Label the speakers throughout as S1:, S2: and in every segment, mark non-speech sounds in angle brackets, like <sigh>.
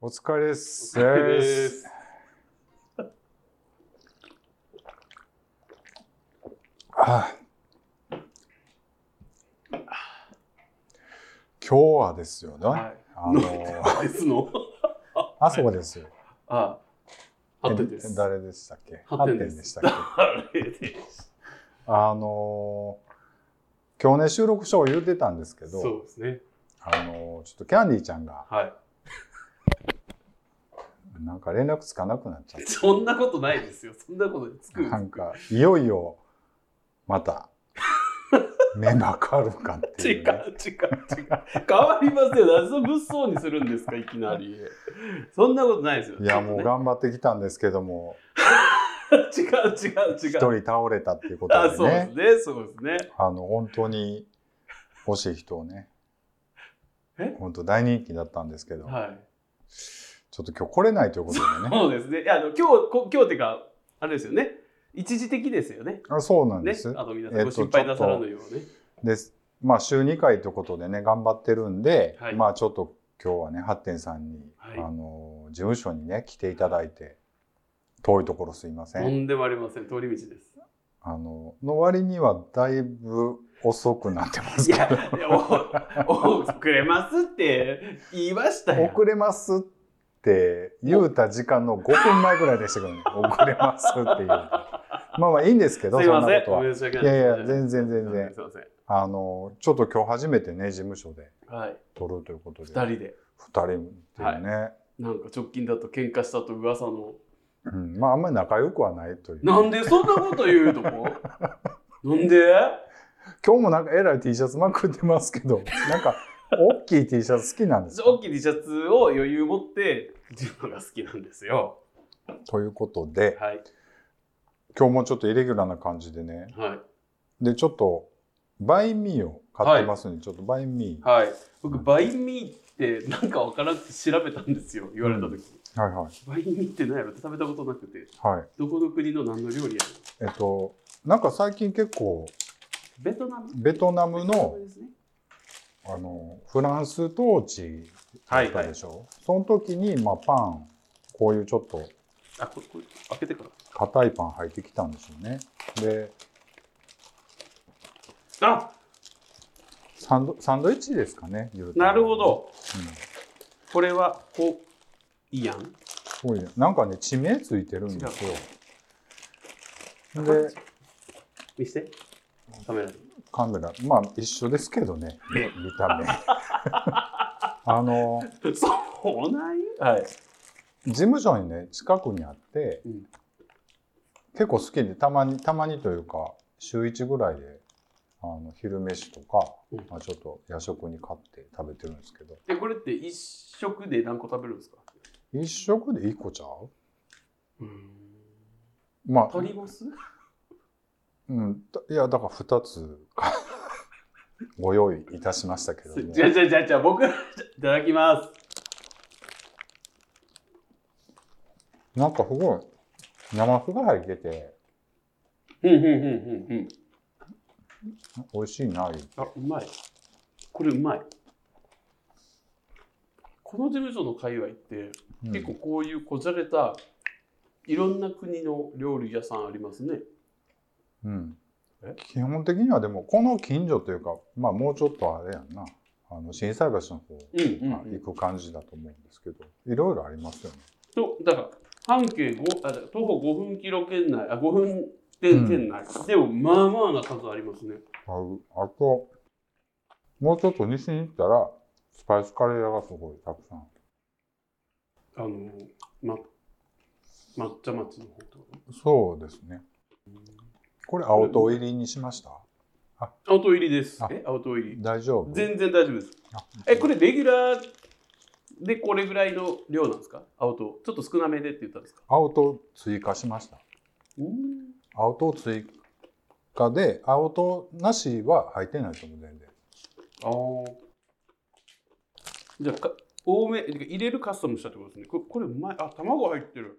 S1: お疲れっす。
S2: です。
S1: あ今日はですよね。
S2: はい。
S1: あ
S2: の <laughs>
S1: の、
S2: ですの。
S1: あそこですよ。
S2: あ、発展です。
S1: 誰でしたっけ
S2: 発展で
S1: 発
S2: す
S1: でしたっけ
S2: 誰です。
S1: あの、今日ね、収録ショーを言ってたんですけ
S2: そ
S1: ど、
S2: うですね。
S1: あの、ちょっとキャンディーちゃんが、
S2: は
S1: なんか連絡つかなくなっちゃっ
S2: い。そんなことないですよ。そんなことつ
S1: て、
S2: く。
S1: なんか、いよいよ、ま
S2: <laughs>
S1: た、メンバー変わるかって
S2: 違う違
S1: いう
S2: 違う
S1: ね、。
S2: <laughs> 変わりますよ。なぜ物騒にするんですか、いきなり。そんなことないですよ。
S1: いや、もう頑張ってきたんですけども、
S2: 違う違う違
S1: 一
S2: う。
S1: 人倒れたっていうこと
S2: あ、
S1: で
S2: そう
S1: ね
S2: で。すね。そうですね。
S1: あの本当に欲しい人をね
S2: え
S1: 本当大人気だったんですけど、
S2: はい。
S1: ちょっと今日来れないということでね
S2: そうですね。いや、あの、今日、こ今日っていうか、あれですよね。一時的ですよね。
S1: あそうなん
S2: ね
S1: です、。
S2: あの、皆さ
S1: え
S2: ん
S1: っ
S2: ご
S1: と
S2: 心配なさらぬようね。
S1: でまあ週2回ということでね頑張ってるんで、
S2: はい
S1: まあちょっと今日はねハッテンさんに、
S2: はい
S1: あの事務所にね来ていただいて遠いところすいませ
S2: と
S1: ん、
S2: んでもありません。通り道です。
S1: あのの割にはだいぶ遅くなってます
S2: い
S1: けど
S2: や、いやおお遅れますって言いましたよ。
S1: 遅れますって言うた時間の5分前ぐらいでしたけどね
S2: <laughs>
S1: 遅れますっていうまあまあいいんですけど
S2: すい
S1: そん
S2: ま
S1: な
S2: せ
S1: ことは
S2: ん。申し訳な
S1: い
S2: いで
S1: や
S2: す。
S1: いや全然全然
S2: すいません。
S1: あのちょっと今日初めてね事務所で
S2: はい。
S1: 撮るということで
S2: 二
S1: 2
S2: 人で。
S1: 人っていうね、
S2: なんか直近だと喧嘩したと噂の。
S1: うん、まああんまり仲良くはないという
S2: なんでそんなこと言うとこ
S1: <laughs>
S2: なんで
S1: 今日もなんかえらい T シャツまくってますけど <laughs> なんか大きい T シャツ好きなんですか
S2: 大きい T シャツを余裕持って着るのが好きなんですよ。
S1: ということで
S2: はい。
S1: 今日もちょっとイレギュラーな感じでね
S2: はい。
S1: でちょっとバインミーを買ってますんで、ちょっとバインミー
S2: はい。僕、バインミーってなんかわからなくて調べたんですよ。言われた時、
S1: はいはい
S2: バインミーって何やろって食べたことなくて。
S1: はい
S2: どこの国の何の料理やろ
S1: えっと、なんか最近結構
S2: ベトナム
S1: ベトナムの
S2: ですね
S1: あのフランス統治だったでしょ、その時に、まあ、パンこういうちょっと
S2: あ、これ、これ、開けてか
S1: 硬いパン入ってきたんでしょうねで
S2: ら。あ、
S1: サンドサンドイッチですかね言うたら
S2: なるほ、ど。
S1: うん
S2: これは、こう、いいやん。
S1: すごいねなんかね地名ついてるんですよで
S2: 見して。カメラに。
S1: カメラまあ一緒ですけどね見た
S2: <laughs>
S1: 目あの
S2: そうなんや。はい。
S1: 事務所にね近くにあって、
S2: うん
S1: 結構好きでたまにたまにというか週1ぐらいであの昼飯とか、
S2: うん
S1: まあ、ちょっと夜食に買って食べてるんですけど
S2: で、これって一食で何個食べるんですか
S1: 一食で1個ちゃう
S2: うん。
S1: まあ、
S2: 鳥ボス
S1: うん、だいやだから2つか <laughs> ご用意いたしましたけども
S2: じゃあじゃあじゃあじゃあ僕、いただきます。
S1: なんかすごい生麩が入ってて
S2: うんうんうんうんうん。
S1: 美味しいな言うて
S2: あ、うまい。これうまい。この事務所の界隈って、
S1: うん
S2: 結構こういうこじゃれた、いろんな国の料理屋さんありますね。
S1: うん
S2: え、
S1: 基本的にはでもこの近所というか、まあ、もうちょっとあれやんなあの震災橋の方
S2: うんう
S1: まあ行く感じだと思うんですけど、いろいろありますよね。
S2: とだから半径5あだから徒歩5分キロ圏内あ5分圏圏内、でもまあまあな数ありますね
S1: あうあともうちょっと西に行ったらスパイスカレー屋がすごいたくさん
S2: あのま抹茶町の方とか
S1: そうですねこれ青糖入りにしました
S2: 青唐入りです
S1: あ
S2: え青唐入り
S1: 大丈夫
S2: 全然大丈夫です
S1: あ
S2: えこれレギュラーでこれぐらいの量なんですか青唐ちょっと少なめでって言ったんですか
S1: 青糖追加しました
S2: うん
S1: 青糖追加で青糖なしは入ってないと思う全然
S2: ああじゃあか多めてか入れるカスタムしたってことですねこれこれうまいあ卵入ってる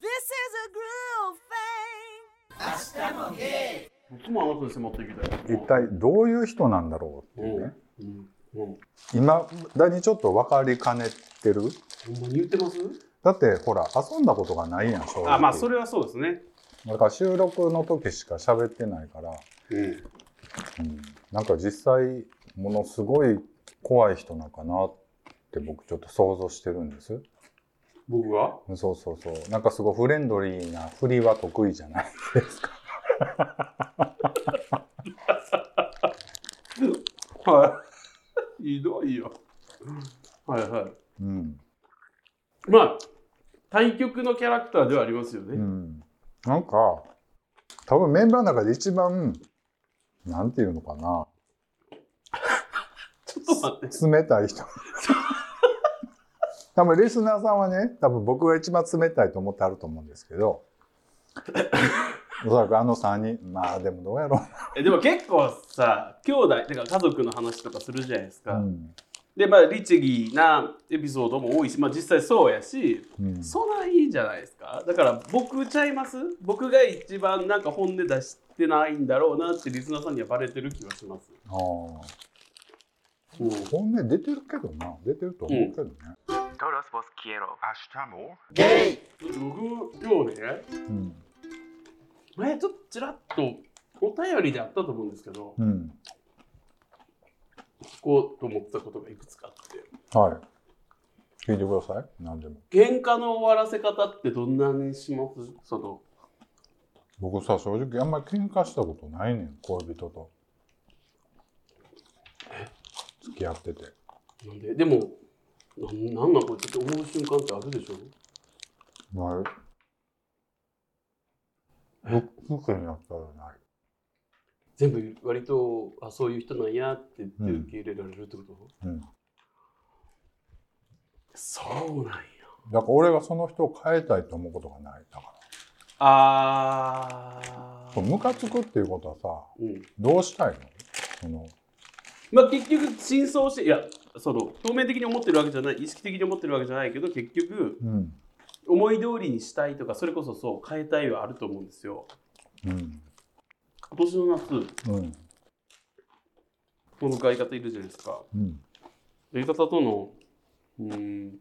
S3: This is a groove thing.
S2: いつもあなたに迫っていきたい
S1: 一体どういう人なんだろうっていうね、
S2: うんうん。
S1: 今だにちょっと分かりかねてる
S2: ほんまに言ってます
S1: だってほら遊んだことがないやん正直
S2: あ、まあ、それはそうですね。
S1: だから収録の時しか喋ってないから、
S2: うん。
S1: うん、なんか実際ものすごい怖い人なんかなって僕ちょっと想像してるんです
S2: 僕は
S1: そうそうそうなんかすごいフレンドリーな振りは得意じゃないですか
S2: はい。 <laughs> ひどいよ。はいはい。
S1: うん、
S2: まあ、対局のキャラクターではありますよ
S1: う
S2: ね。
S1: ん、なんか多分メンバーの中で一番なんていうのかな
S2: ちょっと待って。
S1: 冷たい人 <laughs> 多分リスナーさんはね多分僕が一番冷たいと思ってあると思うんですけどおそらくあの3人まあでもどうやろ
S2: えでも結構さ、兄弟、てか家族の話とかするじゃないです
S1: う、
S2: か。
S1: うん
S2: で、まあ、律儀なエピソードも多いし、まあ、実際そうやし、
S1: うん、
S2: そないいじゃないですか。だから、僕ちゃいます僕が一番なんか本音出してないんだろうなって、リスナーさんにはバレてる気がします。
S1: あー
S2: うん
S1: 本音出てるけどな出てると思うけどね、
S4: Todos vos quiero. Hasta amor.
S2: 僕、今日ね、
S1: うん
S2: 前ちょっとちらっとお便りであったと思うんですけど、
S1: うん
S2: 聞こうと思ったことがいくつかあって。
S1: はい聞いてください何でも
S2: 喧嘩の終わらせ方ってどんなにしますその
S1: 僕さ正直あんまり喧嘩したことないねん恋人と付き合ってて
S2: なんででもなんなんなんこれって思う瞬間ってあるでしょ
S1: ない。僕僕になったらない。
S2: 全部割とあそういう人なんやって言って
S1: うん
S2: 受け入れられるってこと、
S1: うん。
S2: そうなんや
S1: だから俺がその人を変えたいと思うことがない。だか
S2: あ
S1: ら。ムカつくっていうことはさ、
S2: うん、
S1: どうしたいのその、
S2: まあ結局真相していやその表面的に思ってるわけじゃない意識的に思ってるわけじゃないけど結局
S1: うん。
S2: 思い通りにしたいとかそれこそそう変えたいはあると思うんですよ
S1: うん。
S2: 今年の夏
S1: うん。
S2: この相方いるじゃないですか
S1: うん。
S2: 相方とのうーん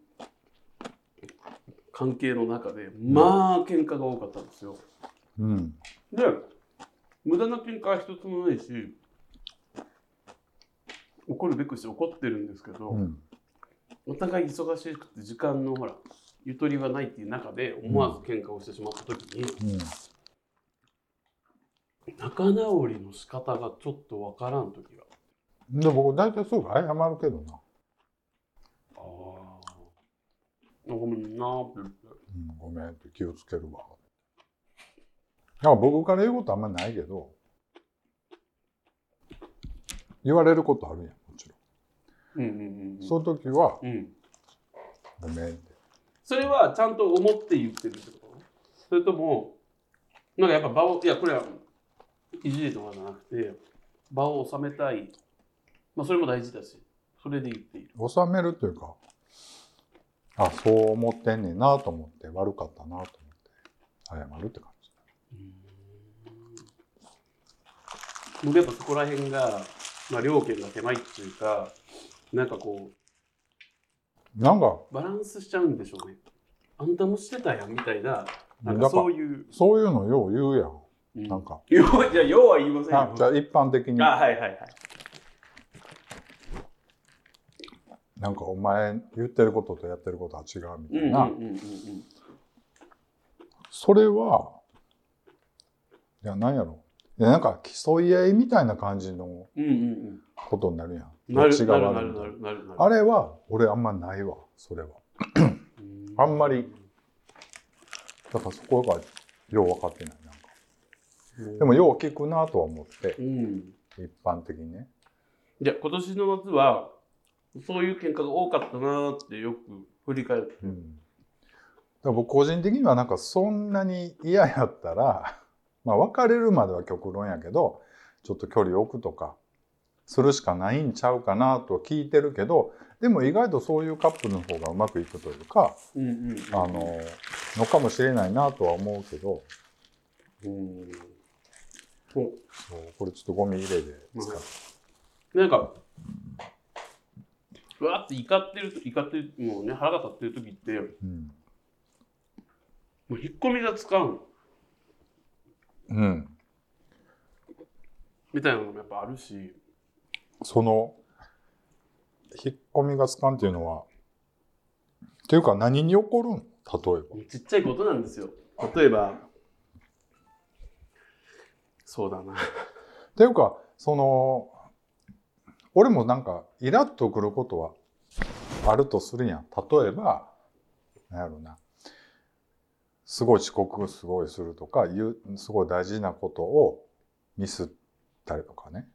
S2: 関係の中でまあ喧嘩が多かったんですよ。
S1: うん。
S2: で無駄な喧嘩は一つもないし怒るべくして怒ってるんですけど、
S1: うん。
S2: お互い忙しくて時間のほらゆとりはないっていう中で思わず喧嘩をしてしまった時に、
S1: うん。
S2: 仲直りの仕方がちょっとわからん時が
S1: で、僕大体すぐ謝るけどな。
S2: ああごめんなーって言って
S1: うん、ごめんって気をつけるわ。だから僕から言うことあんまないけど、言われることあるやん、もちろ
S2: うんうんうんうん
S1: ん。その時は、
S2: うん
S1: ごめんって。
S2: それはちゃんと思って言ってるってことそれともなんかやっぱ場をいやこれはいじりとかじゃなくて場を収めたいまあそれも大事だしそれで言っている
S1: 収めるというかあそう思ってんねんなと思って悪かったなと思って謝るって感じ
S2: 僕やっぱそこら辺が、まあ、両権が狭いっていうかなんかこ
S1: なんか
S2: うバランスしちゃうんでしょうねあんたもしてたやんみたいななん
S1: な
S2: か
S1: んか
S2: そういう、
S1: そういうのよう言うやん
S2: うん、 <laughs>
S1: なんか
S2: ようじゃあようは言いません
S1: あじゃ
S2: よ
S1: あ一般的に
S2: あはいはいはい
S1: なんかお前言ってることとやってることは違うみたい
S2: うんうん
S1: な、
S2: うんうんうん
S1: それはいやなんやろいやなんか競い合いみたいな感じの
S2: うんうん
S1: ことになるやん
S2: うん。な
S1: どっ
S2: る
S1: ちが
S2: なる
S1: 悪
S2: ないる
S1: みた
S2: ない
S1: な
S2: るなるなる。
S1: あれは俺あんまないわそれはあんまり。だからそこがよう分かってないなんかでもよう聞くなとは思って
S2: うん。
S1: 一般的にね
S2: じゃ今年の夏はそういう喧嘩が多かったなーってよく振り返る。
S1: うん、だから僕個人的にはなんかそんなに嫌やったら、 <laughs> まあ、別れるまでは極論やけどちょっと距離置くとかするしかないんちゃうかなと聞いてるけどでも意外とそういうカップルの方がうまくいくというか、
S2: うんうん。
S1: あののかもしれないなとは思うけど
S2: うん。そ
S1: そうこれちょっとゴミ入れで使っ
S2: うなんかうわーって怒ってると怒ってるもうね腹が立ってる時って
S1: うん。
S2: もう引っ込みが使うの
S1: うん。
S2: みたいなのもやっぱあるし
S1: その、引っ込みがつかんっていうのは、っていうか何に起こるん例えば。
S2: ちっちゃいことなんですよ例えばそうだな
S1: っていうか、その、俺もなんか、イラッとくることはあるとするやん。例えば、なんやろな。すごい遅刻すごいするとか、いうすごい大事なことをミスったりとかね。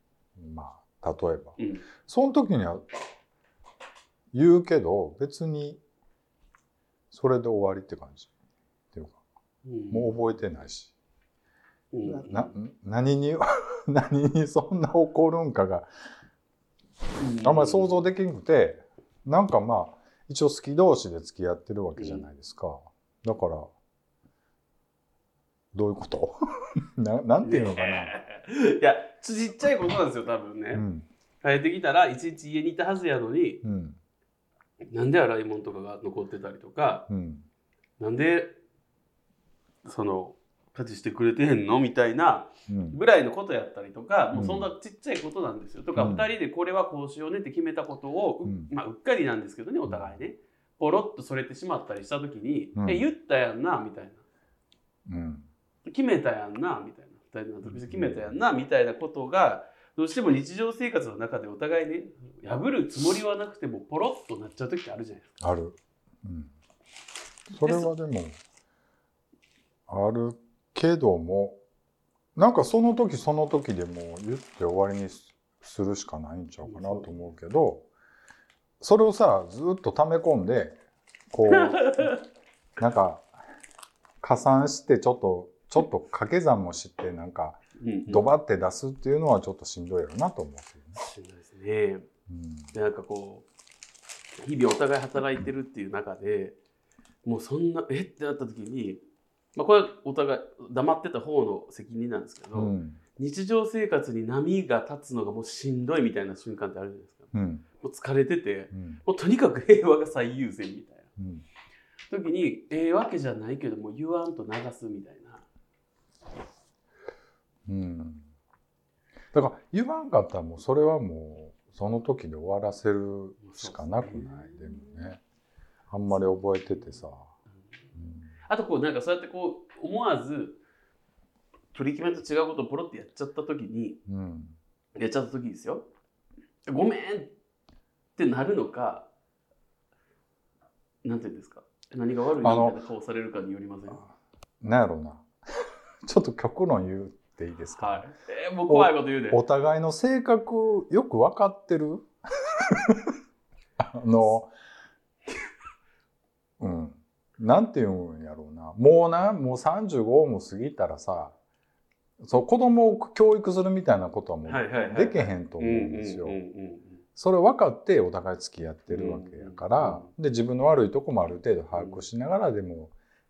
S1: まあ、例えば。
S2: うん
S1: その時には言うけど、別にそれで終わりって感じ。っていうか、もう覚えてないし。
S2: うん、うん
S1: な何に <laughs> 何にそんな怒るんかがあんまり想像できなくてなんかまあ一応好き同士で付き合ってるわけじゃないですか、だからどういうこと <laughs> ななんていうのかな、
S2: <laughs> いやちちっちゃいことなんですよ多分ね、
S1: うん
S2: 帰ってきたら一日家にいたはずやのに
S1: うん
S2: なんで洗い物とかが残ってたりとか
S1: うん
S2: なんでその家事してくれてへんのみたいな
S1: うん
S2: ぐらいのことやったりとか、もううんそんなちっちゃいことなんですよ。とか、
S1: うん
S2: 2人でこれはこうしようねって決めたことを、う
S1: うん
S2: まあ、うっかりなんですけどねお互いねポロッとそれてしまったりした時に「
S1: うん
S2: え言ったやんな」みたいな
S1: うん
S2: 「決めたやんな」みたいな「2人で納得して決めたやんな」みたいなことがどうしても日常生活の中でお互いね破るつもりはなくてもポロッとなっちゃう時ってあるじゃないですか。
S1: ある、うん、それはでもあるけどもなんかその時その時でもう言って終わりにすするしかないんちゃうかなと思うけどそれをさずっと溜め込んでこうなんか加算してちょっとちょっと掛け算もしてなんか
S2: うん
S1: ドバって出すっていうのはちょっとしんどいやろなと思うけどね。
S2: しんどいですね。
S1: うん
S2: でなんかこう日々お互い働いてるっていう中でもうそんなえってなった時に、まあ、これはお互い黙ってた方の責任なんですけど、
S1: うん
S2: 日常生活に波が立つのがもうしんどいみたいな瞬間ってあるじゃないですか
S1: うん
S2: もう疲れてて
S1: うん
S2: もうとにかく平和が最優先みたい
S1: うん
S2: な時にええわけじゃないけどもう言わんと流すみたいな
S1: うんだから言わんかったらもうそれはもうその時で終わらせるしかなくないでもねあんまり覚えててさ、
S2: あとこうなんかそうやってこう思わず取り決めと違うことをポロってやっちゃった時に
S1: うんうん
S2: やっちゃった時ですよごめんってなるのかなんていうんですか何が悪いみた
S1: あの
S2: いな顔されるかによりませんは
S1: なんやろな <laughs> ちょっと極論言っていいですか、
S2: い、えー、もう怖いこと言うで
S1: <laughs> お互いの性格よく分かってる <laughs> あのうんなんていうんやろうなもうなもう35も過ぎたらさそう子供を教育するみたいなことはもう
S2: はいはいはい
S1: できへんと思うんですよ。
S2: うんうんうんうん
S1: それ分かってお互い付き合ってるわけやから、で自分の悪いとこもある程度把握しながらでも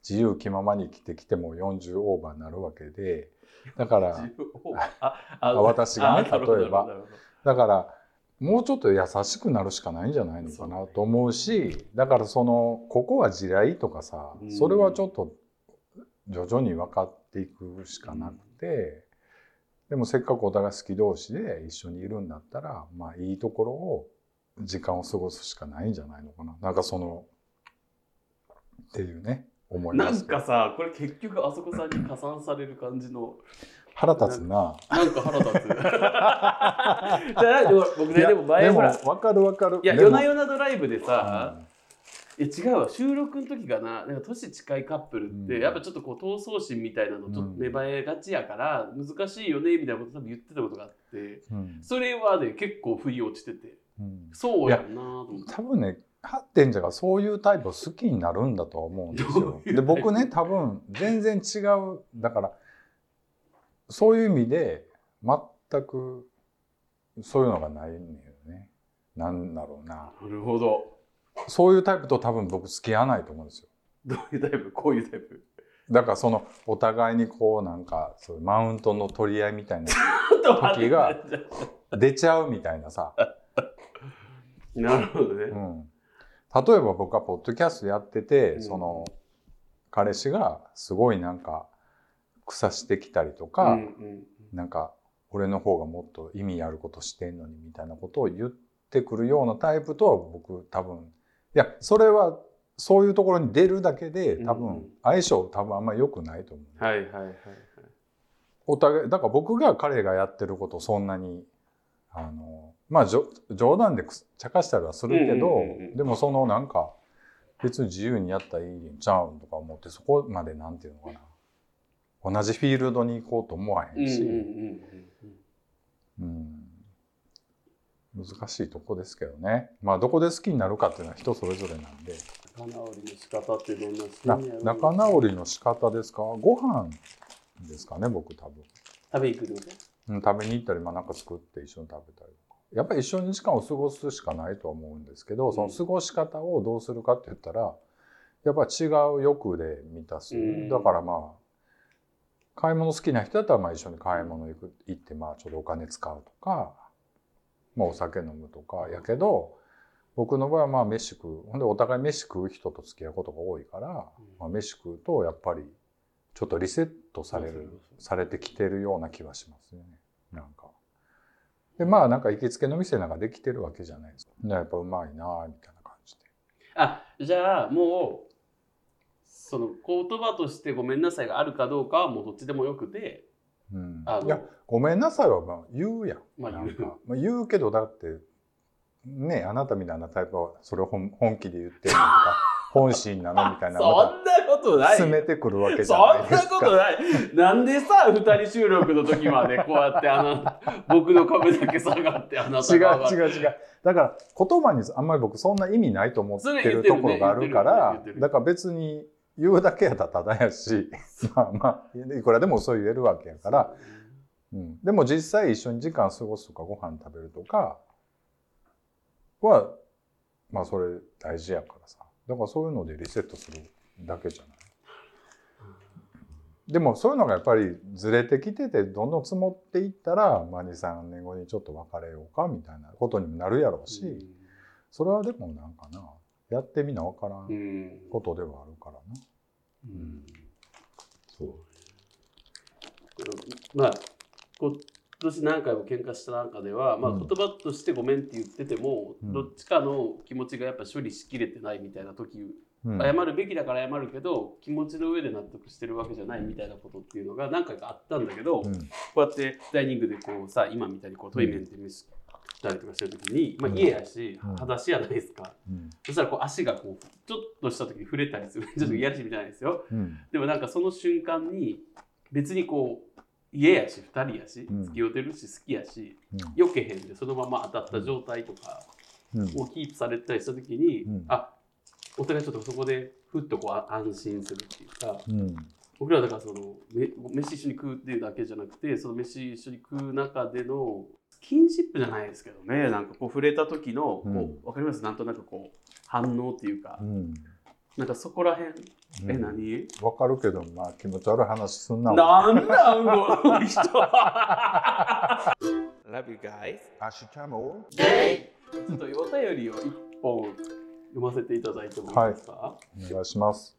S1: 自由気ままに生きてきても40オーバーになるわけでだから
S2: 自分をああ
S1: あ私がね
S2: あなるほど
S1: 例えば
S2: なるほど
S1: だからもうちょっと優しくなるしかないんじゃないのかなと思うしだからそのここは地雷とかさ
S2: うん
S1: それはちょっと徐々に分かっていくしかなくてでもせっかくお互い好き同士で一緒にいるんだったらまあいいところを時間を過ごすしかないんじゃないのかななんかそのっていうね思い
S2: な
S1: ま
S2: ん
S1: す
S2: かさこれ結局あそこさんに加算される感じの
S1: 腹立つな
S2: なんか腹立 <laughs> つじゃあでも僕
S1: い
S2: ね
S1: やで
S2: でも
S1: も
S2: 前ほら
S1: 分かる分かる
S2: いや
S1: でも
S2: 夜な夜なドライブでさ、
S1: うん
S2: え違うわ収録の時かななんか年近いカップルって、
S1: うん
S2: やっぱちょっとこう闘争心みたいなのちょっと
S1: うん
S2: 芽生えがちやから、難しいよねみたいなこと多分言ってたことがあって
S1: うん
S2: それはね結構不意落ちてて
S1: うん
S2: そうやんなと思って
S1: 多分ねハッテンジャーがそういうタイプを好きになるんだとは思うんです
S2: ど
S1: よ
S2: う。いう
S1: で僕ね多分全然違うだからそういう意味で全くそういうのがないんだよね。なんだろうな
S2: なるほど
S1: そういうタイプと多分僕付き合わないと思うんですよ。
S2: どういうタイプこういうタイ <laughs> プ
S1: だからそのお互いにこうなんかそういうマウントの取り合いみたいな
S2: <laughs> ちょっと待っ
S1: 時
S2: て
S1: が出ちゃうみたいなさ
S2: なるほどね
S1: う。ん、例えば僕はポッドキャストやってて、
S2: うん
S1: その彼氏がすごいなんか草してきたりとか、
S2: うんうん
S1: なんか俺の方がもっと意味あることしてんのにみたいなことを言ってくるようなタイプとは僕多分いやそれはそういうところに出るだけで多
S2: うんう
S1: 分
S2: ん
S1: 相性多分あんまり良くないと思う、
S2: はいはいはいはい。
S1: お互いだから僕が彼がやってることそんなにあのまあじょ冗談でくす茶化したりはするけど、
S2: うんうんうんうん
S1: でもそのなんか別に自由にやったらいいんちゃうんとか思ってそこまでなんていうのかな同じフィールドに行こうと思わ
S2: う
S1: へ
S2: ん
S1: ん
S2: うん
S1: し、
S2: うん
S1: うん難しいとこですけどねまあどこで好きになるかっていうのは人それぞれなんで
S2: うん。仲直りの仕方ってどんな
S1: な
S2: 好きやろう
S1: 仲直りの仕方ですかご飯ですかね僕多分、
S2: 食べ行くってこと
S1: うん、食べに行ったり、まあ、なんか作って一緒に食べたりとかやっぱり一緒に時間を過ごすしかないとは思うんですけどその過ごし方をどうするかって言ったらやっぱ違う欲で満たす
S2: うん
S1: だからまあ買い物好きな人だったらまあ一緒に買い物行く行ってまあちょっとお金使うとか、まあ、お酒飲むとかやけど僕の場合はまあ飯食うほんでお互い飯食う人と付き合うことが多いから、まあ、飯食うとやっぱりちょっとリセットされ
S2: そうそ
S1: る
S2: うそう
S1: されてきてるような気はしますねなんか。でまあなんか行きつけの店なんかできてるわけじゃないですか。でやっぱうまいなあみたいな感じで。
S2: あじゃあもうその言葉としてごめんなさいがあるかどうかはもうどっちでもよくて
S1: うん
S2: あ、
S1: いや
S2: の
S1: ごめんなさいはまあ言うやん。
S2: まあ
S1: な
S2: 言うん
S1: かまあ、言うけどだってねあなたみたいなタイプはそれを本本気で言ってるのと
S2: <laughs>
S1: か本心なのみた
S2: そ
S1: い
S2: ん
S1: な
S2: な
S1: ま
S2: こと
S1: た
S2: ない
S1: 詰めてくるわけじ
S2: そ
S1: ゃない
S2: ん
S1: で
S2: な
S1: すか。
S2: ことないなんでさ2人収録の時までこうやってあの僕の株だけ下がってあなた
S1: 違う
S2: が上がる
S1: 違う違うだから言葉にあんまり僕そんな意味ないと思って
S2: それ言っ
S1: る
S2: てる
S1: と
S2: ね
S1: ころがあるから
S2: 言ってる言ってる
S1: だから別に言うだけやったらただやし <laughs> まあまあいくらでもそう言えるわけやから、うん、でも実際一緒に時間過ごすとかご飯食べるとかはまあそれ大事やからさだからそういうのでリセットするだけじゃない。でもそういうのがやっぱりずれてきててどんどん積もっていったら、まあ、23年後にちょっと別れようかみたいなことにもなるやろうし、それはでもなんかなやってみなわから
S2: うんん
S1: ことではあるからな。
S2: うん
S1: そう
S2: まあ今年何回も喧嘩した中では、まあ、
S1: うん
S2: 言葉としてごめんって言ってても、
S1: うん
S2: どっちかの気持ちがやっぱ処理しきれてないみたいな時
S1: うん
S2: 謝るべきだから謝るけど気持ちの上で納得してるわけじゃないみたいなことっていうのが何回かあったんだけど、
S1: う
S2: こ
S1: ん
S2: うやってダイニングでこうさ今みたいにこうトイレで飯食ったりとかしてる時に、まあ、
S1: うん
S2: 家やし
S1: うん
S2: 裸足やないですか、
S1: うん
S2: そしたらこう足がこうちょっとした時に触れたりする <laughs> ちょっといやらしいみたいなんですよ
S1: うん
S2: でもなんかその瞬間に別にこう家やし2人やし
S1: うん
S2: 付き合うてるし好きやし
S1: うん
S2: 避けへんでそのまま当たった状態とか
S1: うん
S2: をキープされたりした時に、
S1: うん
S2: あお互いちょっとそこでふっとこうあ安心するっていうか
S1: うん
S2: 僕らだからそのめ飯一緒に食うっていうだけじゃなくてその飯一緒に食う中でのスキンシップじゃないですけどねなんかこう触れた時のこう、
S1: うん
S2: 分かりますなんとなくこう反応っていうか、
S1: うん
S2: なんかそこら辺、
S1: うん
S2: え何
S1: わかるけどまあ気持ち悪い話すんな
S2: なんなんこの人
S4: Love you guys.
S1: 明日も
S2: ちょっとお便りを一本読ませていただいてもいいですかは
S1: お願いします。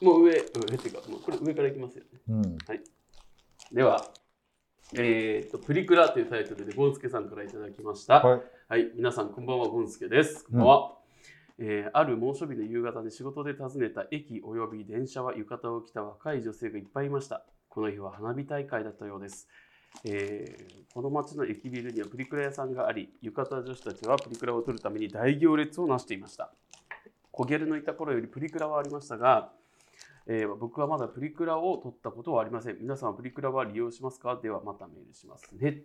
S2: い、もう上上っていうかもうこれ上からいきますよね
S1: うん
S2: では、えー、とプリクラというタイトルでゴンスケさんからいただきました。
S1: はい
S2: はい、皆さんこんばんは、ゴンスケです。こんばんは。えーある猛暑日の夕方に仕事で訪ねた駅および電車は浴衣を着た若い女性がいっぱいいました。この日は花火大会だったようです。えーこの町の駅ビルにはプリクラ屋さんがあり、浴衣女子たちはプリクラを撮るために大行列をなしていました。コゲルのいた頃よりプリクラはありましたが、えー僕はまだプリクラを撮ったことはありません。皆さんはプリクラは利用しますかではまたメールしますね。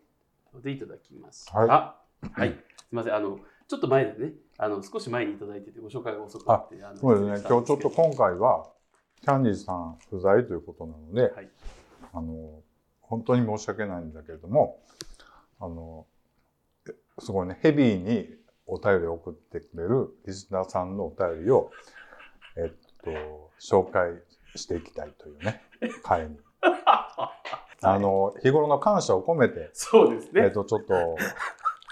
S2: でいただきました。
S1: は
S2: はい。すみません。あの、ちょっと前でね、あの少し前にいただいててご紹介が遅くなって、あの
S1: そうですね今日ちょっと
S2: 今
S1: 今回はキャンディーさん不在ということなので、
S2: はい
S1: あの本当に申し訳ないんだけれどもあのえすごいねヘビーにお便りを送ってくれるリスナーさんのお便りを、えっと、紹介していきたいと
S2: <laughs>
S1: いうね会に。あの日頃の感謝を込めて、
S2: そうですね。 <laughs>
S1: えっと、ちょっと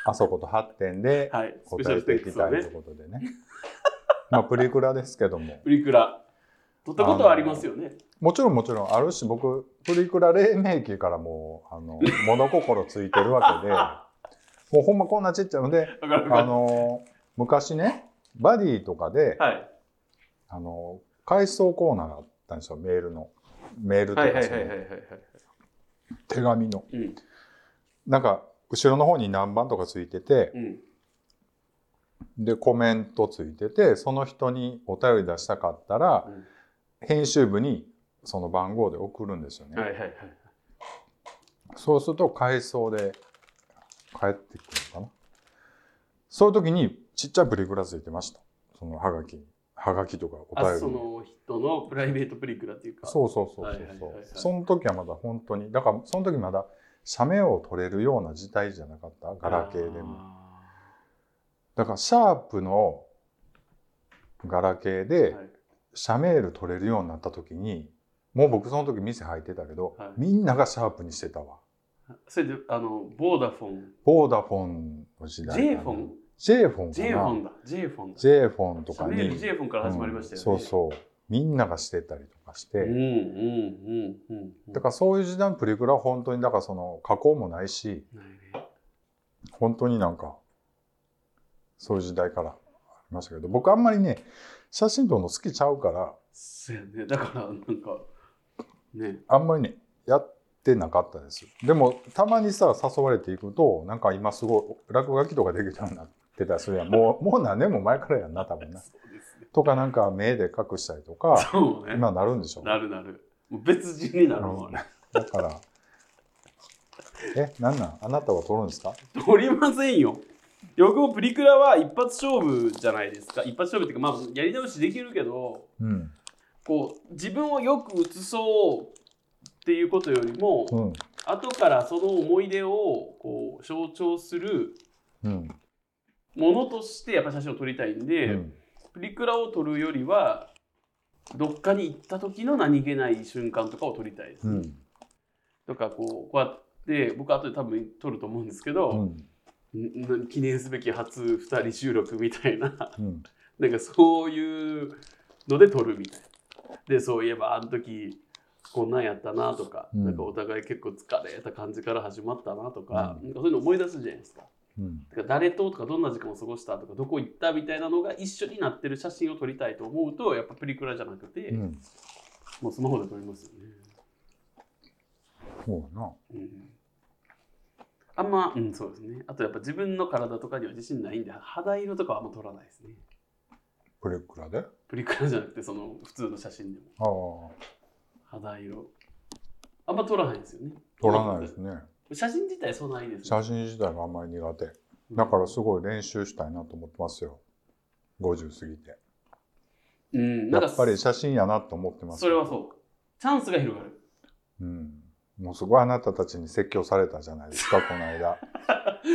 S1: あそこと発展で
S2: はい、スペシ
S1: 答
S2: ャル
S1: え
S2: ス
S1: て
S2: テ
S1: い
S2: ック
S1: き
S2: ス
S1: た
S2: はい
S1: という
S2: ね、
S1: ことでね。 <laughs> まあプリクラですけども。
S2: プリクラ。撮ったことはありますよね。
S1: もちろんもちろんあるし僕プリクラ黎明期からもうあ
S2: <laughs>
S1: の物心ついてるわけでもうほんまこんなちっちゃいので
S2: だから、
S1: あの昔ねバディとかで、
S2: はい。
S1: あの回送コーナーがあったんですよメールのメールと
S2: は
S1: か
S2: いはいはい
S1: そ
S2: は
S1: の手紙
S2: いはいはい。
S1: の
S2: うん。
S1: なんか後ろの方に何番とかついてて
S2: うん。
S1: でコメントついててその人にお便り出したかったら、
S2: うん
S1: 編集部にその番号で送るんですよね、
S2: はいはいはい。
S1: そうすると回送で帰ってくるのかなそういう時にちっちゃいプリクラついてましたそのハガキハガキとかお
S2: あ、
S1: 便り
S2: そ
S1: に
S2: の人のプライベートプリクラっていうか。
S1: そうそうそう
S2: はい
S1: そ
S2: は
S1: う
S2: い
S1: そ
S2: はいうはい
S1: その時はまだ本当にだからその時まだ写メを取れるような事態じゃなかったガラケーでも
S2: あ
S1: だからシャープのガラケー
S2: ー
S1: で
S2: はい
S1: 写メール取れるようになった時にもう僕その時店入ってたけど、
S2: はい
S1: みんながシャープにしてたわ
S2: それで、あの、ボーダフォン。
S1: ボーダフォンの時代
S2: J フォン
S1: J フォン
S2: ?J フォンだ。J フォンだ。
S1: J フォンと
S2: サ
S1: か
S2: メール
S1: に
S2: J フォンから始まりましたよね。
S1: うんそうそうみんながしてたりとかして、
S2: うんうんうんうんうん。
S1: だからそういう時代のプリクラは本当にだからその加工もないし
S2: ら、ないね。
S1: 本当になんかそういう時代からありましたけど僕あんまりね写真撮るの好きちゃうから
S2: そうやね。だから、なんか、ね。
S1: あんまりねやってなかったですでもたまにさ誘われていくとなんか今すごい落書きとかできるようになってたりするやんもうもう何年も前からやんな多分
S2: <laughs>
S1: な
S2: そうですね。
S1: とかなんか目で隠したりと
S2: <laughs>
S1: か
S2: そうね。
S1: 今なるんでしょ
S2: なるなる。もう別人になるもんね。
S1: だからえなんなんあなたは撮るんですか
S2: おりませんよ。よくもプリクラは一発勝負じゃないですか。一発勝負っていうか、まあ、やり直しできるけど、
S1: うん
S2: こう、自分をよく写そうっていうことよりも、
S1: うん
S2: 後からその思い出をこう象徴する
S1: うん
S2: ものとしてやっぱ写真を撮りたいん
S1: う
S2: で、
S1: ん
S2: プリクラを撮るよりはどっかに行った時の何気ない瞬間とかを撮りたいです、
S1: うん
S2: とかこうこうやって僕後で多分撮ると思うんですけど、
S1: うん
S2: んん記念すべき初2人収録みたいな <laughs>
S1: うん
S2: なんかそういうので撮るみたいな。でそういえばあの時こんなんやったなとか、
S1: うん
S2: なんかお互い結構疲れた感じから始まったなとか,、なんかそういうの思い出すじゃないですか。
S1: うん
S2: だから誰ととかどんな時間を過ごしたとかどこ行ったみたいなのが一緒になってる写真を撮りたいと思うとやっぱプリクラじゃなくて、
S1: うん
S2: もうスマホで撮りますよね、
S1: そうやな
S2: うん、あんま、うん、そうですねあとやっぱ自分の体とかには自信ないんで肌色とかはあんま撮らないですね
S1: プレクラであ
S2: プリクラじゃなくてその普通の写真でも
S1: あー
S2: 肌色あんま撮らないですよね
S1: 撮らないですね
S2: 写真自体そんなにいいですね
S1: 写真自体があんまり苦手だからすごい練習したいなと思ってますよ50過ぎて
S2: うん、な
S1: や
S2: んか
S1: っぱり写真やなと思ってます
S2: それはそうチャンスが広がる
S1: うんもうすごいあなたたちに説教されたじゃないです
S2: <laughs>
S1: かこの間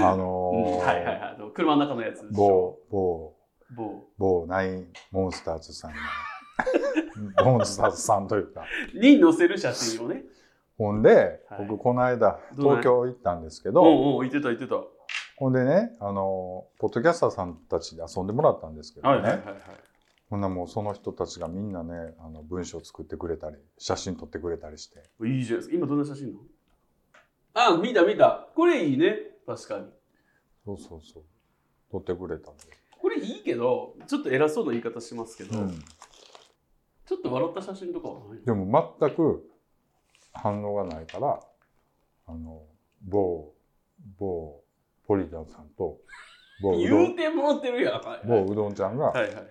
S1: あ
S2: うん
S1: の
S2: はいはい
S1: ー
S2: はいあの車の中のやつでしょ
S1: 某某
S2: 某
S1: 某ナインモンスターズさん
S2: <laughs>
S1: のモンスターズさんというか
S2: に載せる写真をね。
S1: ほんで、
S2: はい
S1: 僕この間
S2: どう
S1: 東
S2: ない
S1: 京行ったんですけ
S2: う
S1: ど、
S2: んうん、言ってた言ってた。は
S1: ほんでねあのポッドキャスターさんたちで遊んでもらったんですけどね、
S2: いはいはいはい。
S1: ほんなもうその人たちがみんなねあの文章作ってくれたり写真撮ってくれたりして
S2: いいじゃないですか。今どんな写真なのあ、見た見た。これいいね。確かに。
S1: そうそうそう撮ってくれたんで、
S2: これいいけど、ちょっと偉そうな言い方しますけど、
S1: うん
S2: ちょっと笑った写真とかはない
S1: でも全く反応がないからあの某某ポリダンさんと某うど
S2: 言うんてもらってるやん。はいはい
S1: 某うどんちゃんが
S2: はいはい。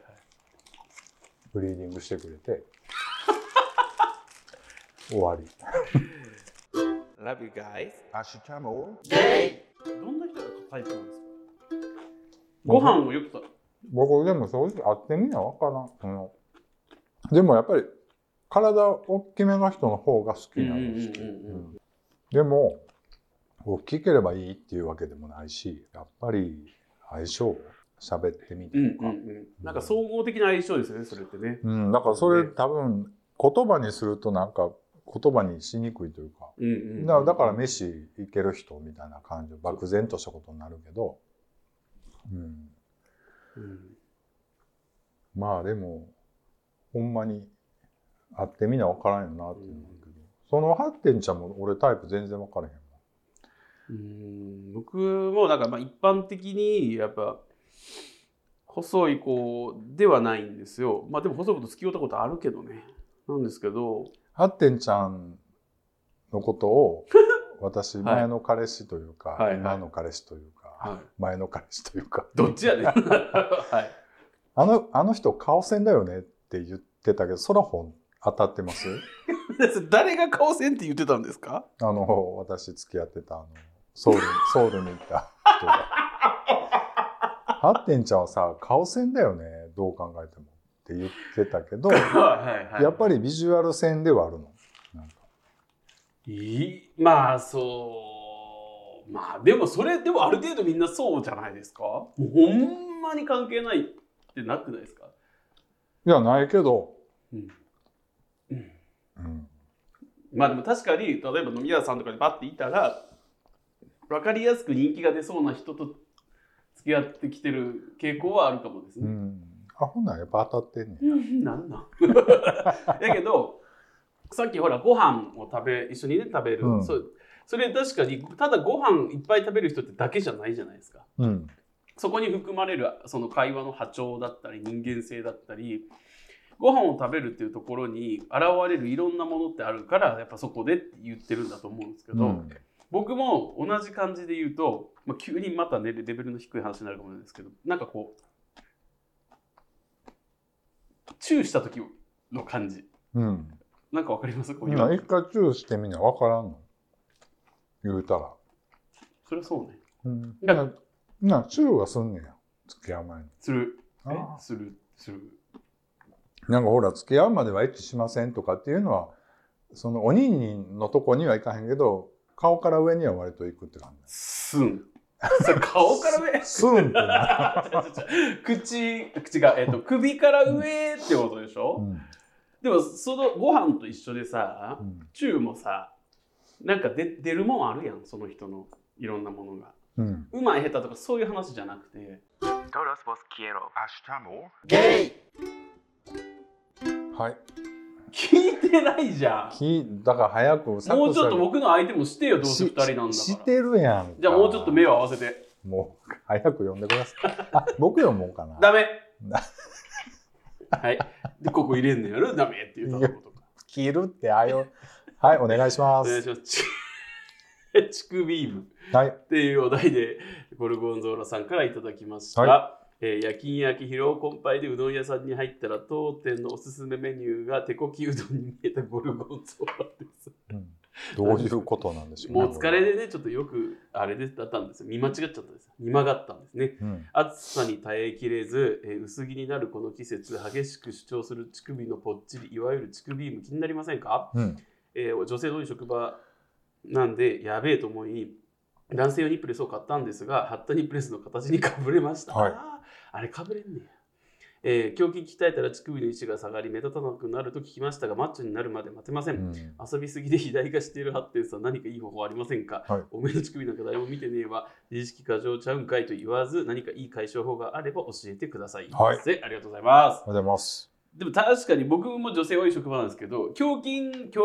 S1: ブリーディングしてくれ
S2: <laughs>
S1: て終わり
S4: Love you guys. 明日も
S2: どんな人がタイプなんですかご飯をよく食べ
S1: 僕でも正直会ってみな分からんそのでもやっぱり体大きめの人の方が好きなんですよ、
S2: うんうんうんうん
S1: うんでも大きければいいっていうわけでもないしやっぱり相性喋ってみて
S2: うん
S1: とか、
S2: うんうん。なんか総合的な相性ですよね、それってね。
S1: うん、だからそれ多分言葉にするとなんか言葉にしにくいというか
S2: うんうん、
S1: だだから飯行ける人みたいな感じ漠然としたことになるけどうん、
S2: うん
S1: まあでもほんまに会ってみな分からんよなっていうのはあるけど、そのハッテンちゃんも俺タイプ全然分からへん
S2: うん僕もなんかまあ一般的にやっぱ細い子ではないんですよまあでも細いこと付き合ったことあるけどねなんですけど
S1: ハッテンちゃんのことを私
S2: はい
S1: 前の彼氏というか、
S2: はいはい
S1: 今の彼氏というか、
S2: は
S1: 前の彼氏というか
S2: どっちやね <laughs> んはい
S1: あのあの人顔線だよねって言ってたけどそら本当たってます
S2: 誰が顔せんって言ってたんですか
S1: あの私付き合ってたあのソ
S2: <laughs>
S1: ウルソウルに行った人がハッテンちゃんはさ顔線だよねどう考えてもって言ってたけど
S2: はい
S1: やっぱりビジュアル線ではあるのなんか
S2: いいまあそうまあでもそれでもある程度みんなそうじゃないですかもうほんまに関係ないってなくないですか、
S1: いやないけど、
S2: うんうん
S1: うん、
S2: まあでも確かに例えば飲み屋さんとかにバッていたら分かりやすく人気が出そうな人と付き合ってきてる傾向はあるかもです
S1: う
S2: ね。
S1: ん、あほんならやっぱ当たってんねん
S2: うん、なんなん <laughs> やけどさっきほらご飯を食べ一緒にね食べる、
S1: うん
S2: そうそれ確かにただご飯いっぱい食べる人ってだけじゃないじゃないですか。
S1: うん
S2: そこに含まれるその会話の波長だったり人間性だったりご飯を食べるっていうところに現れるいろんなものってあるからやっぱそこでって言ってるんだと思うんですけど、
S1: うん
S2: 僕も同じ感じで言うと、まあ、急にまたねレベルの低い話になるかもしれないですけどなんかこうチューした時の感じ
S1: うん
S2: なんかわかりますこういう
S1: 今一回チューしてみな分からんの言うたら、
S2: それはそうね
S1: うん、
S2: だ
S1: ななチューはすんねや付き合う前に
S2: するえ
S1: あ
S2: するする
S1: ーなんかほら付き合うまではエッチしませんとかっていうのはそのおにんにんのとこにはいかへんけど顔から上には割といくって感じ
S2: すんそれ顔からね
S1: すんってな、
S2: <laughs> 口口が、えっと首から上ってことでし
S1: う
S2: ょ、
S1: ん
S2: でもそのご飯と一緒でさ
S1: うん
S2: チューもさなんか出出るもんあるやんその人のいろんなものが
S1: うん、
S2: うまい下手とかそういう話じゃなくて
S4: Todos vos quiero. Hasta luego.
S2: ゲイ
S1: はい
S2: 聞いてないじゃん
S1: きだから早くサクサク
S2: もうちょっと僕の相手もしてよどうせ二人なんだから
S1: ししてるやんか
S2: じゃあもうちょっと目を合わせて
S1: もう早く呼んでください <laughs> あ僕読もうかな
S2: ダメ
S1: な
S2: はいでここ入れんのやろダメって言ったことか
S1: 切るってああいうはいお願いし
S2: お
S1: ま
S2: 願い
S1: す
S2: します <laughs> チュチクビーム
S1: はい
S2: っていうお題でゴルゴンゾーラさんからいただきました、
S1: は
S2: えー夜勤やき疲労困憊でうどん屋さんに入ったら当店のおすすめメニューが手こきうどんに見えたゴルゴンゾーラです
S1: うんどういうことなんでしょうね
S2: もう疲れでねちょっとよくあれでだったんですよ見間違っちゃったんですよ見曲がったんですね
S1: うん
S2: 暑さに耐えきれず、えー薄着になるこの季節激しく主張する乳首のぽっちりいわゆる乳首ーム気になりませんか
S1: うん
S2: えー女性の多い職場なんでやべえと思い男性用ニップレスを買ったんですが貼ったニップレスの形にかぶれました、
S1: はい
S2: あーあれかぶれんねや、えー、胸筋鍛えたら乳首の位置が下がり目立たなくなると聞きましたがマッチョになるまで待てませ、
S1: うんん
S2: 遊びすぎで肥大化している発展さん何かいい方法ありませんか、
S1: はい
S2: おめの乳首なんか誰も見てねえわ自意識過剰ちゃうんかいと言わず何かいい解消法があれば教えてください、
S1: はい
S2: せありがとうございます
S1: おはようございます
S2: でも確かに僕も女性多い職場なんですけど胸筋胸筋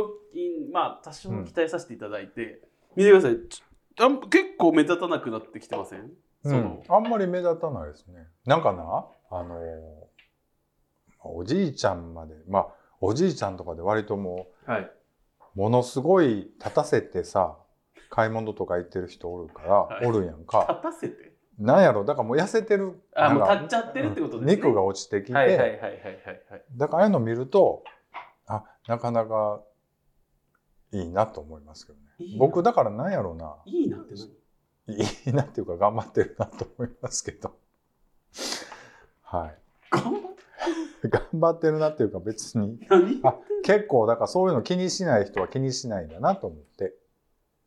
S2: まあ多少鍛えさせていただいて、見てくださいちょあん結構目立たなくなってきてませんそ
S1: うん
S2: の、
S1: あんまり目立たないですね。なんかな、あのーおじいちゃんまで、まあ、おじいちゃんとかで割とも
S2: はい、
S1: う、ものすごい立たせてさ、買い物とか行ってる人おるから、
S2: はい
S1: おるやんか。
S2: 立たせて
S1: なんやろ、だからもう痩せてる。
S2: あ
S1: なん
S2: もう
S1: か
S2: 立っちゃってるってことですね
S1: うん肉が落ちてきて、
S2: はいはいはいはいはいはい
S1: だからああいうの見ると、あ、なかなかいいなと思いますけどね。
S2: いいな
S1: 僕だからなんやろうな。
S2: いいなって何
S1: いいなっていうか頑張ってるなと思いますけど。はい。
S2: 頑張って
S1: 頑張ってるなっていうか別に
S2: 何
S1: あ結構だからそういうの気にしない人は気にしないんだなと思って、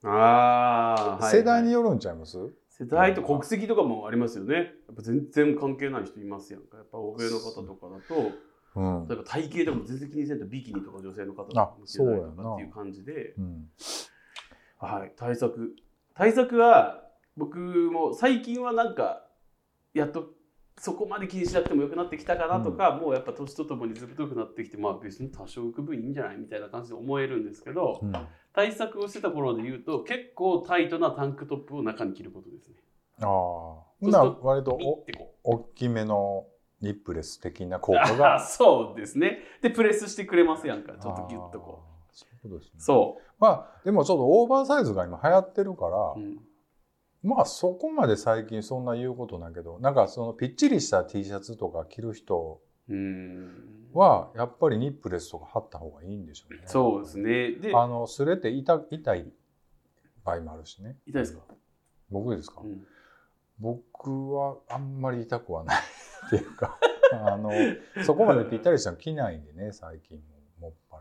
S2: あーはいはい
S1: 世代によるんちゃいます
S2: 世代と国籍とかもありますよねやっぱ全然関係ない人いますやんかやっぱ欧米の方とかだと
S1: うん、
S2: 例えば体型でも全然気にせんとビキニとか女性の方とかも着てないとかっていう感じで
S1: うん、
S2: はい、対策。対策は、僕も最近はなんか、やっとそこまで気にしなくてもよくなってきたかなとか、もうやっぱ年とともにずぶとくなってきてまあ別に多少区分いいんじゃないみたいな感じで思えるんですけど、
S1: うん
S2: 対策をしてた頃で言うと結構タイトなタンクトップを中に着ることですね。
S1: ああほ
S2: そうん
S1: なら割と
S2: ピッ
S1: お
S2: てこう
S1: 大きめのリップレス的な効果
S2: あ
S1: が
S2: そうですね。でプレスしてくれますやん <laughs> かちょっとギュッとこ
S1: あーそういうことです
S2: う。
S1: ね
S2: そ
S1: まあでもちょっとオーバーサイズが今流行ってるから、
S2: う。うん
S1: まあそこまで最近そんな言うことないけどなんかそのぴっちりした T シャツとか着る人
S2: うん
S1: はやっぱりニップレスとか貼った方がいいんでしょうね
S2: そうですね。で
S1: あの擦れて痛痛い場合もあるしね
S2: 痛いですか、
S1: 僕ですか、
S2: うん
S1: 僕はあんまり痛くはないっていうかあのそこまでぴったりしたの着ないんでね最近ももっぱ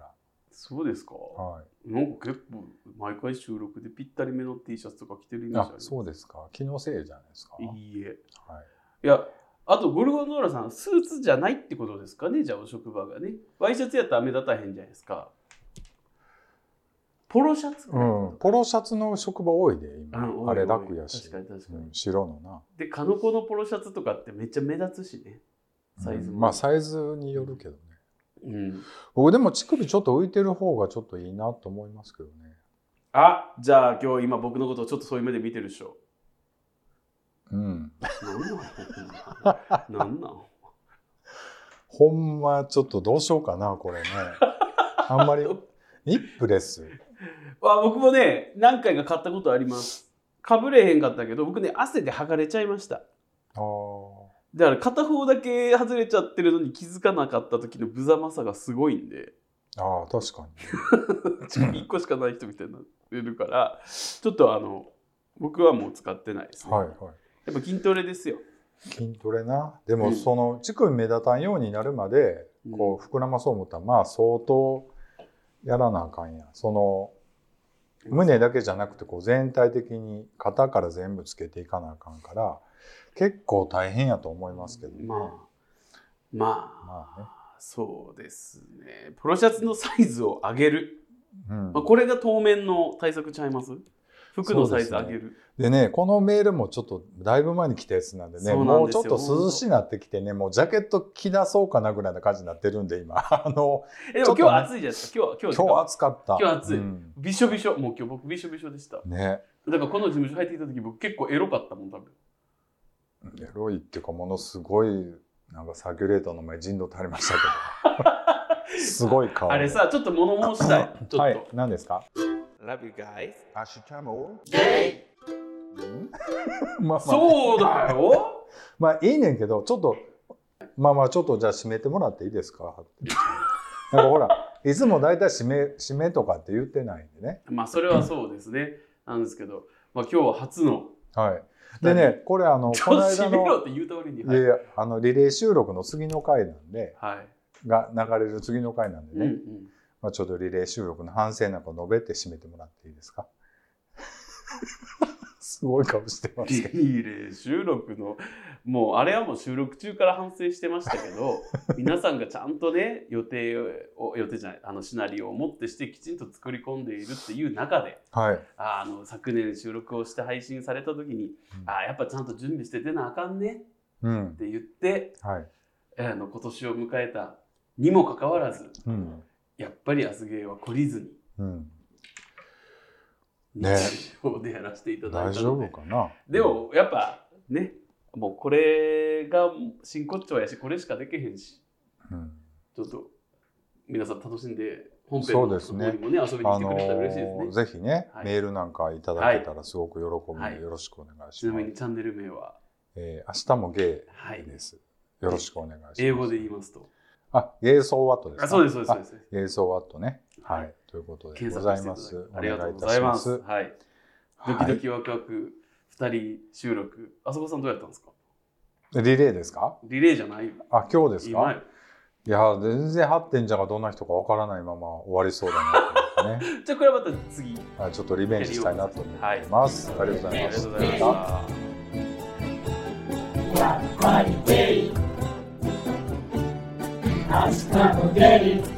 S2: そうですから
S1: はい
S2: なんか結構毎回収録でぴったりめの T シャツとか着てるイメージ
S1: あ
S2: あり
S1: そうですか気のせいじゃないですか
S2: ますいいえ。
S1: はい
S2: いや、あとゴルゴンゾーラさん、スーツじゃないってことですかね、じゃあお職場がね。ワイシャツやったら目立たへんじゃないですか。ポロシャツ、
S1: うん、ポロシャツの職場多いで今、
S2: うん
S1: あれ楽やし、
S2: 確かに確か
S1: う
S2: に。
S1: ん、白のな
S2: で、カノコのポロシャツとかってめっちゃ目立つしね。サイズも。
S1: うんまあサイズによるけどね
S2: うん
S1: 僕でも乳首ちょっと浮いてる方がちょっといいなと思いますけどね
S2: あじゃあ今日今僕のことをちょっとそういう目で見てるでしょ。
S1: うん
S2: なんなんなんなん <laughs>
S1: ほんまちょっとどうしようかな
S2: <laughs>
S1: これねあんまりニップレス
S2: わ僕もね、何回か買ったことあります。かぶれへんかったけど、僕ね、汗で剥がれちゃいました。
S1: あー
S2: だから片方だけ外れちゃってるのに気づかなかった時の無様さがすごい
S1: <laughs>
S2: んで
S1: あー確かに
S2: 1個しかない人みたいになってるからちょっとあの僕はもう使ってないです、ね
S1: はいはい
S2: やっぱ筋トレですよ、
S1: 筋トレなで
S2: う
S1: も
S2: ん
S1: その乳首目立たんようになるまでこう膨らまそう思ったらまあ相当やらなあかんやんその胸だけじゃなくてこう全体的に肩から全部つけていかなあかんから結構大変やと思いますけどね、
S2: まあまあ
S1: ま
S2: そうですねポロシャツのサイズを上げる、
S1: あね、うん
S2: まあ、これが当面の対策ちゃいます服のサイズ上げる、
S1: でねこのメールもちょっとだいぶ前に来たやつなんでね
S2: そうなん
S1: も
S2: で
S1: う
S2: す
S1: ち
S2: よ
S1: ょっと涼しいなってきてねもうジャケット着出そうかなぐらいな感じになってるんで今 <laughs> あの
S2: えでも
S1: ちょ
S2: 今
S1: っとね
S2: 日暑いじゃないですか今日は今日
S1: 今日
S2: は
S1: 暑かった
S2: 今日暑い
S1: うん
S2: びしょびしょもう今日僕びしょびしょでした
S1: ね
S2: だからこの事務所入ってきた時僕結構エロかったもん多分
S1: エロいっていうかものすごいなんかサーキュレーターの前陣頭垂れましたけ
S2: <laughs>
S1: どすごい顔
S2: あれさ、ちょっと物申したい。ちょっと、
S1: はい何ですか
S4: Love you guys. Ashitamo.
S1: <laughs> まあまあ
S2: そうだよ。
S1: まあいいねんけどちょっとまあまあちょっとじゃあ締めてもらっていいですかなんか
S2: <laughs>
S1: ほらいつも大体締め締めとかって言ってないんでね
S2: まあ、それはそうですね。なんですけど、まあ、今日は初の。
S1: はいでねこれあの
S2: ち
S1: こ
S2: ょ
S1: の
S2: っと
S1: 間
S2: 閉めろ
S1: の
S2: って言うたりに。
S1: い
S2: は
S1: や
S2: い。
S1: いやあのリレー収録の次の回なんで
S2: はい
S1: が流れる次の回なんで
S2: うん
S1: ね、
S2: うん
S1: まあ、ちょっとリレー収録の反省なんか述べて締めてもらっていい
S2: <laughs>
S1: ですかすごい顔してます
S2: リ
S1: けど。
S2: レー収録のもうあれはもう収録中から反省してましたけ
S1: <laughs>
S2: ど皆さんがちゃんとね予定を予定じゃないあのシナリオを持ってしてきちんと作り込んでいるっていう中で
S1: はい。
S2: あの昨年収録をして配信された時に、
S1: うん
S2: あやっぱちゃんと準備して出なあかんね
S1: うん
S2: っ。て言って
S1: はい。
S2: あの今年を迎えたにもかかわらず
S1: うん。
S2: やっぱりアスゲーは懲りずに
S1: うん。
S2: 日
S1: ね
S2: 常でやらせていただ
S1: 大
S2: いた
S1: 丈
S2: ので、
S1: 夫かな
S2: で、もやっぱねもうこれが真骨頂やしこれしかできへんし
S1: うん、
S2: ちょっと皆さん楽しんで本編
S1: そ
S2: の
S1: うで
S2: 方
S1: す
S2: に
S1: ね
S2: もね遊びに
S1: あ
S2: 来てく
S1: の
S2: れたら嬉しいですね、
S1: ーぜひね、
S2: はい
S1: メールなんかいただけたらすごく喜ぶの
S2: はい
S1: でよろしくお願いします。
S2: ちなみにチャンネル名は、
S1: えー明日もゲ
S2: はい
S1: イ、です。よろしくお願いします。
S2: 英語で言いますと
S1: あ、ゲイソーワットですか
S2: あそうですそうですそうです
S1: ゲイソーワットね。
S2: は
S1: はいい。ということで
S2: 検
S1: ご
S2: 索
S1: ざ
S2: し
S1: い
S2: てい
S1: ます。
S2: ただいて
S1: お
S2: ありがと
S1: 願
S2: う
S1: いい
S2: ご
S1: た
S2: ざい
S1: し
S2: ま
S1: ますす。
S2: はいド
S1: は
S2: キ
S1: い
S2: ドキワクワク2人収録あそこさんどうやったんですか
S1: リレーですか
S2: リレーじゃないよ
S1: あ、今日ですか
S2: 今よ
S1: いや、全然発展者がどんな人かわからないまま終わりそうだなと思ってね。 <laughs>
S2: じゃあこれはまた次
S1: はいちょっとリベンジしたいなと思ってます。ありがとうございま
S2: ありがとうございま
S1: した。
S2: した。
S5: Hasta Mogueri.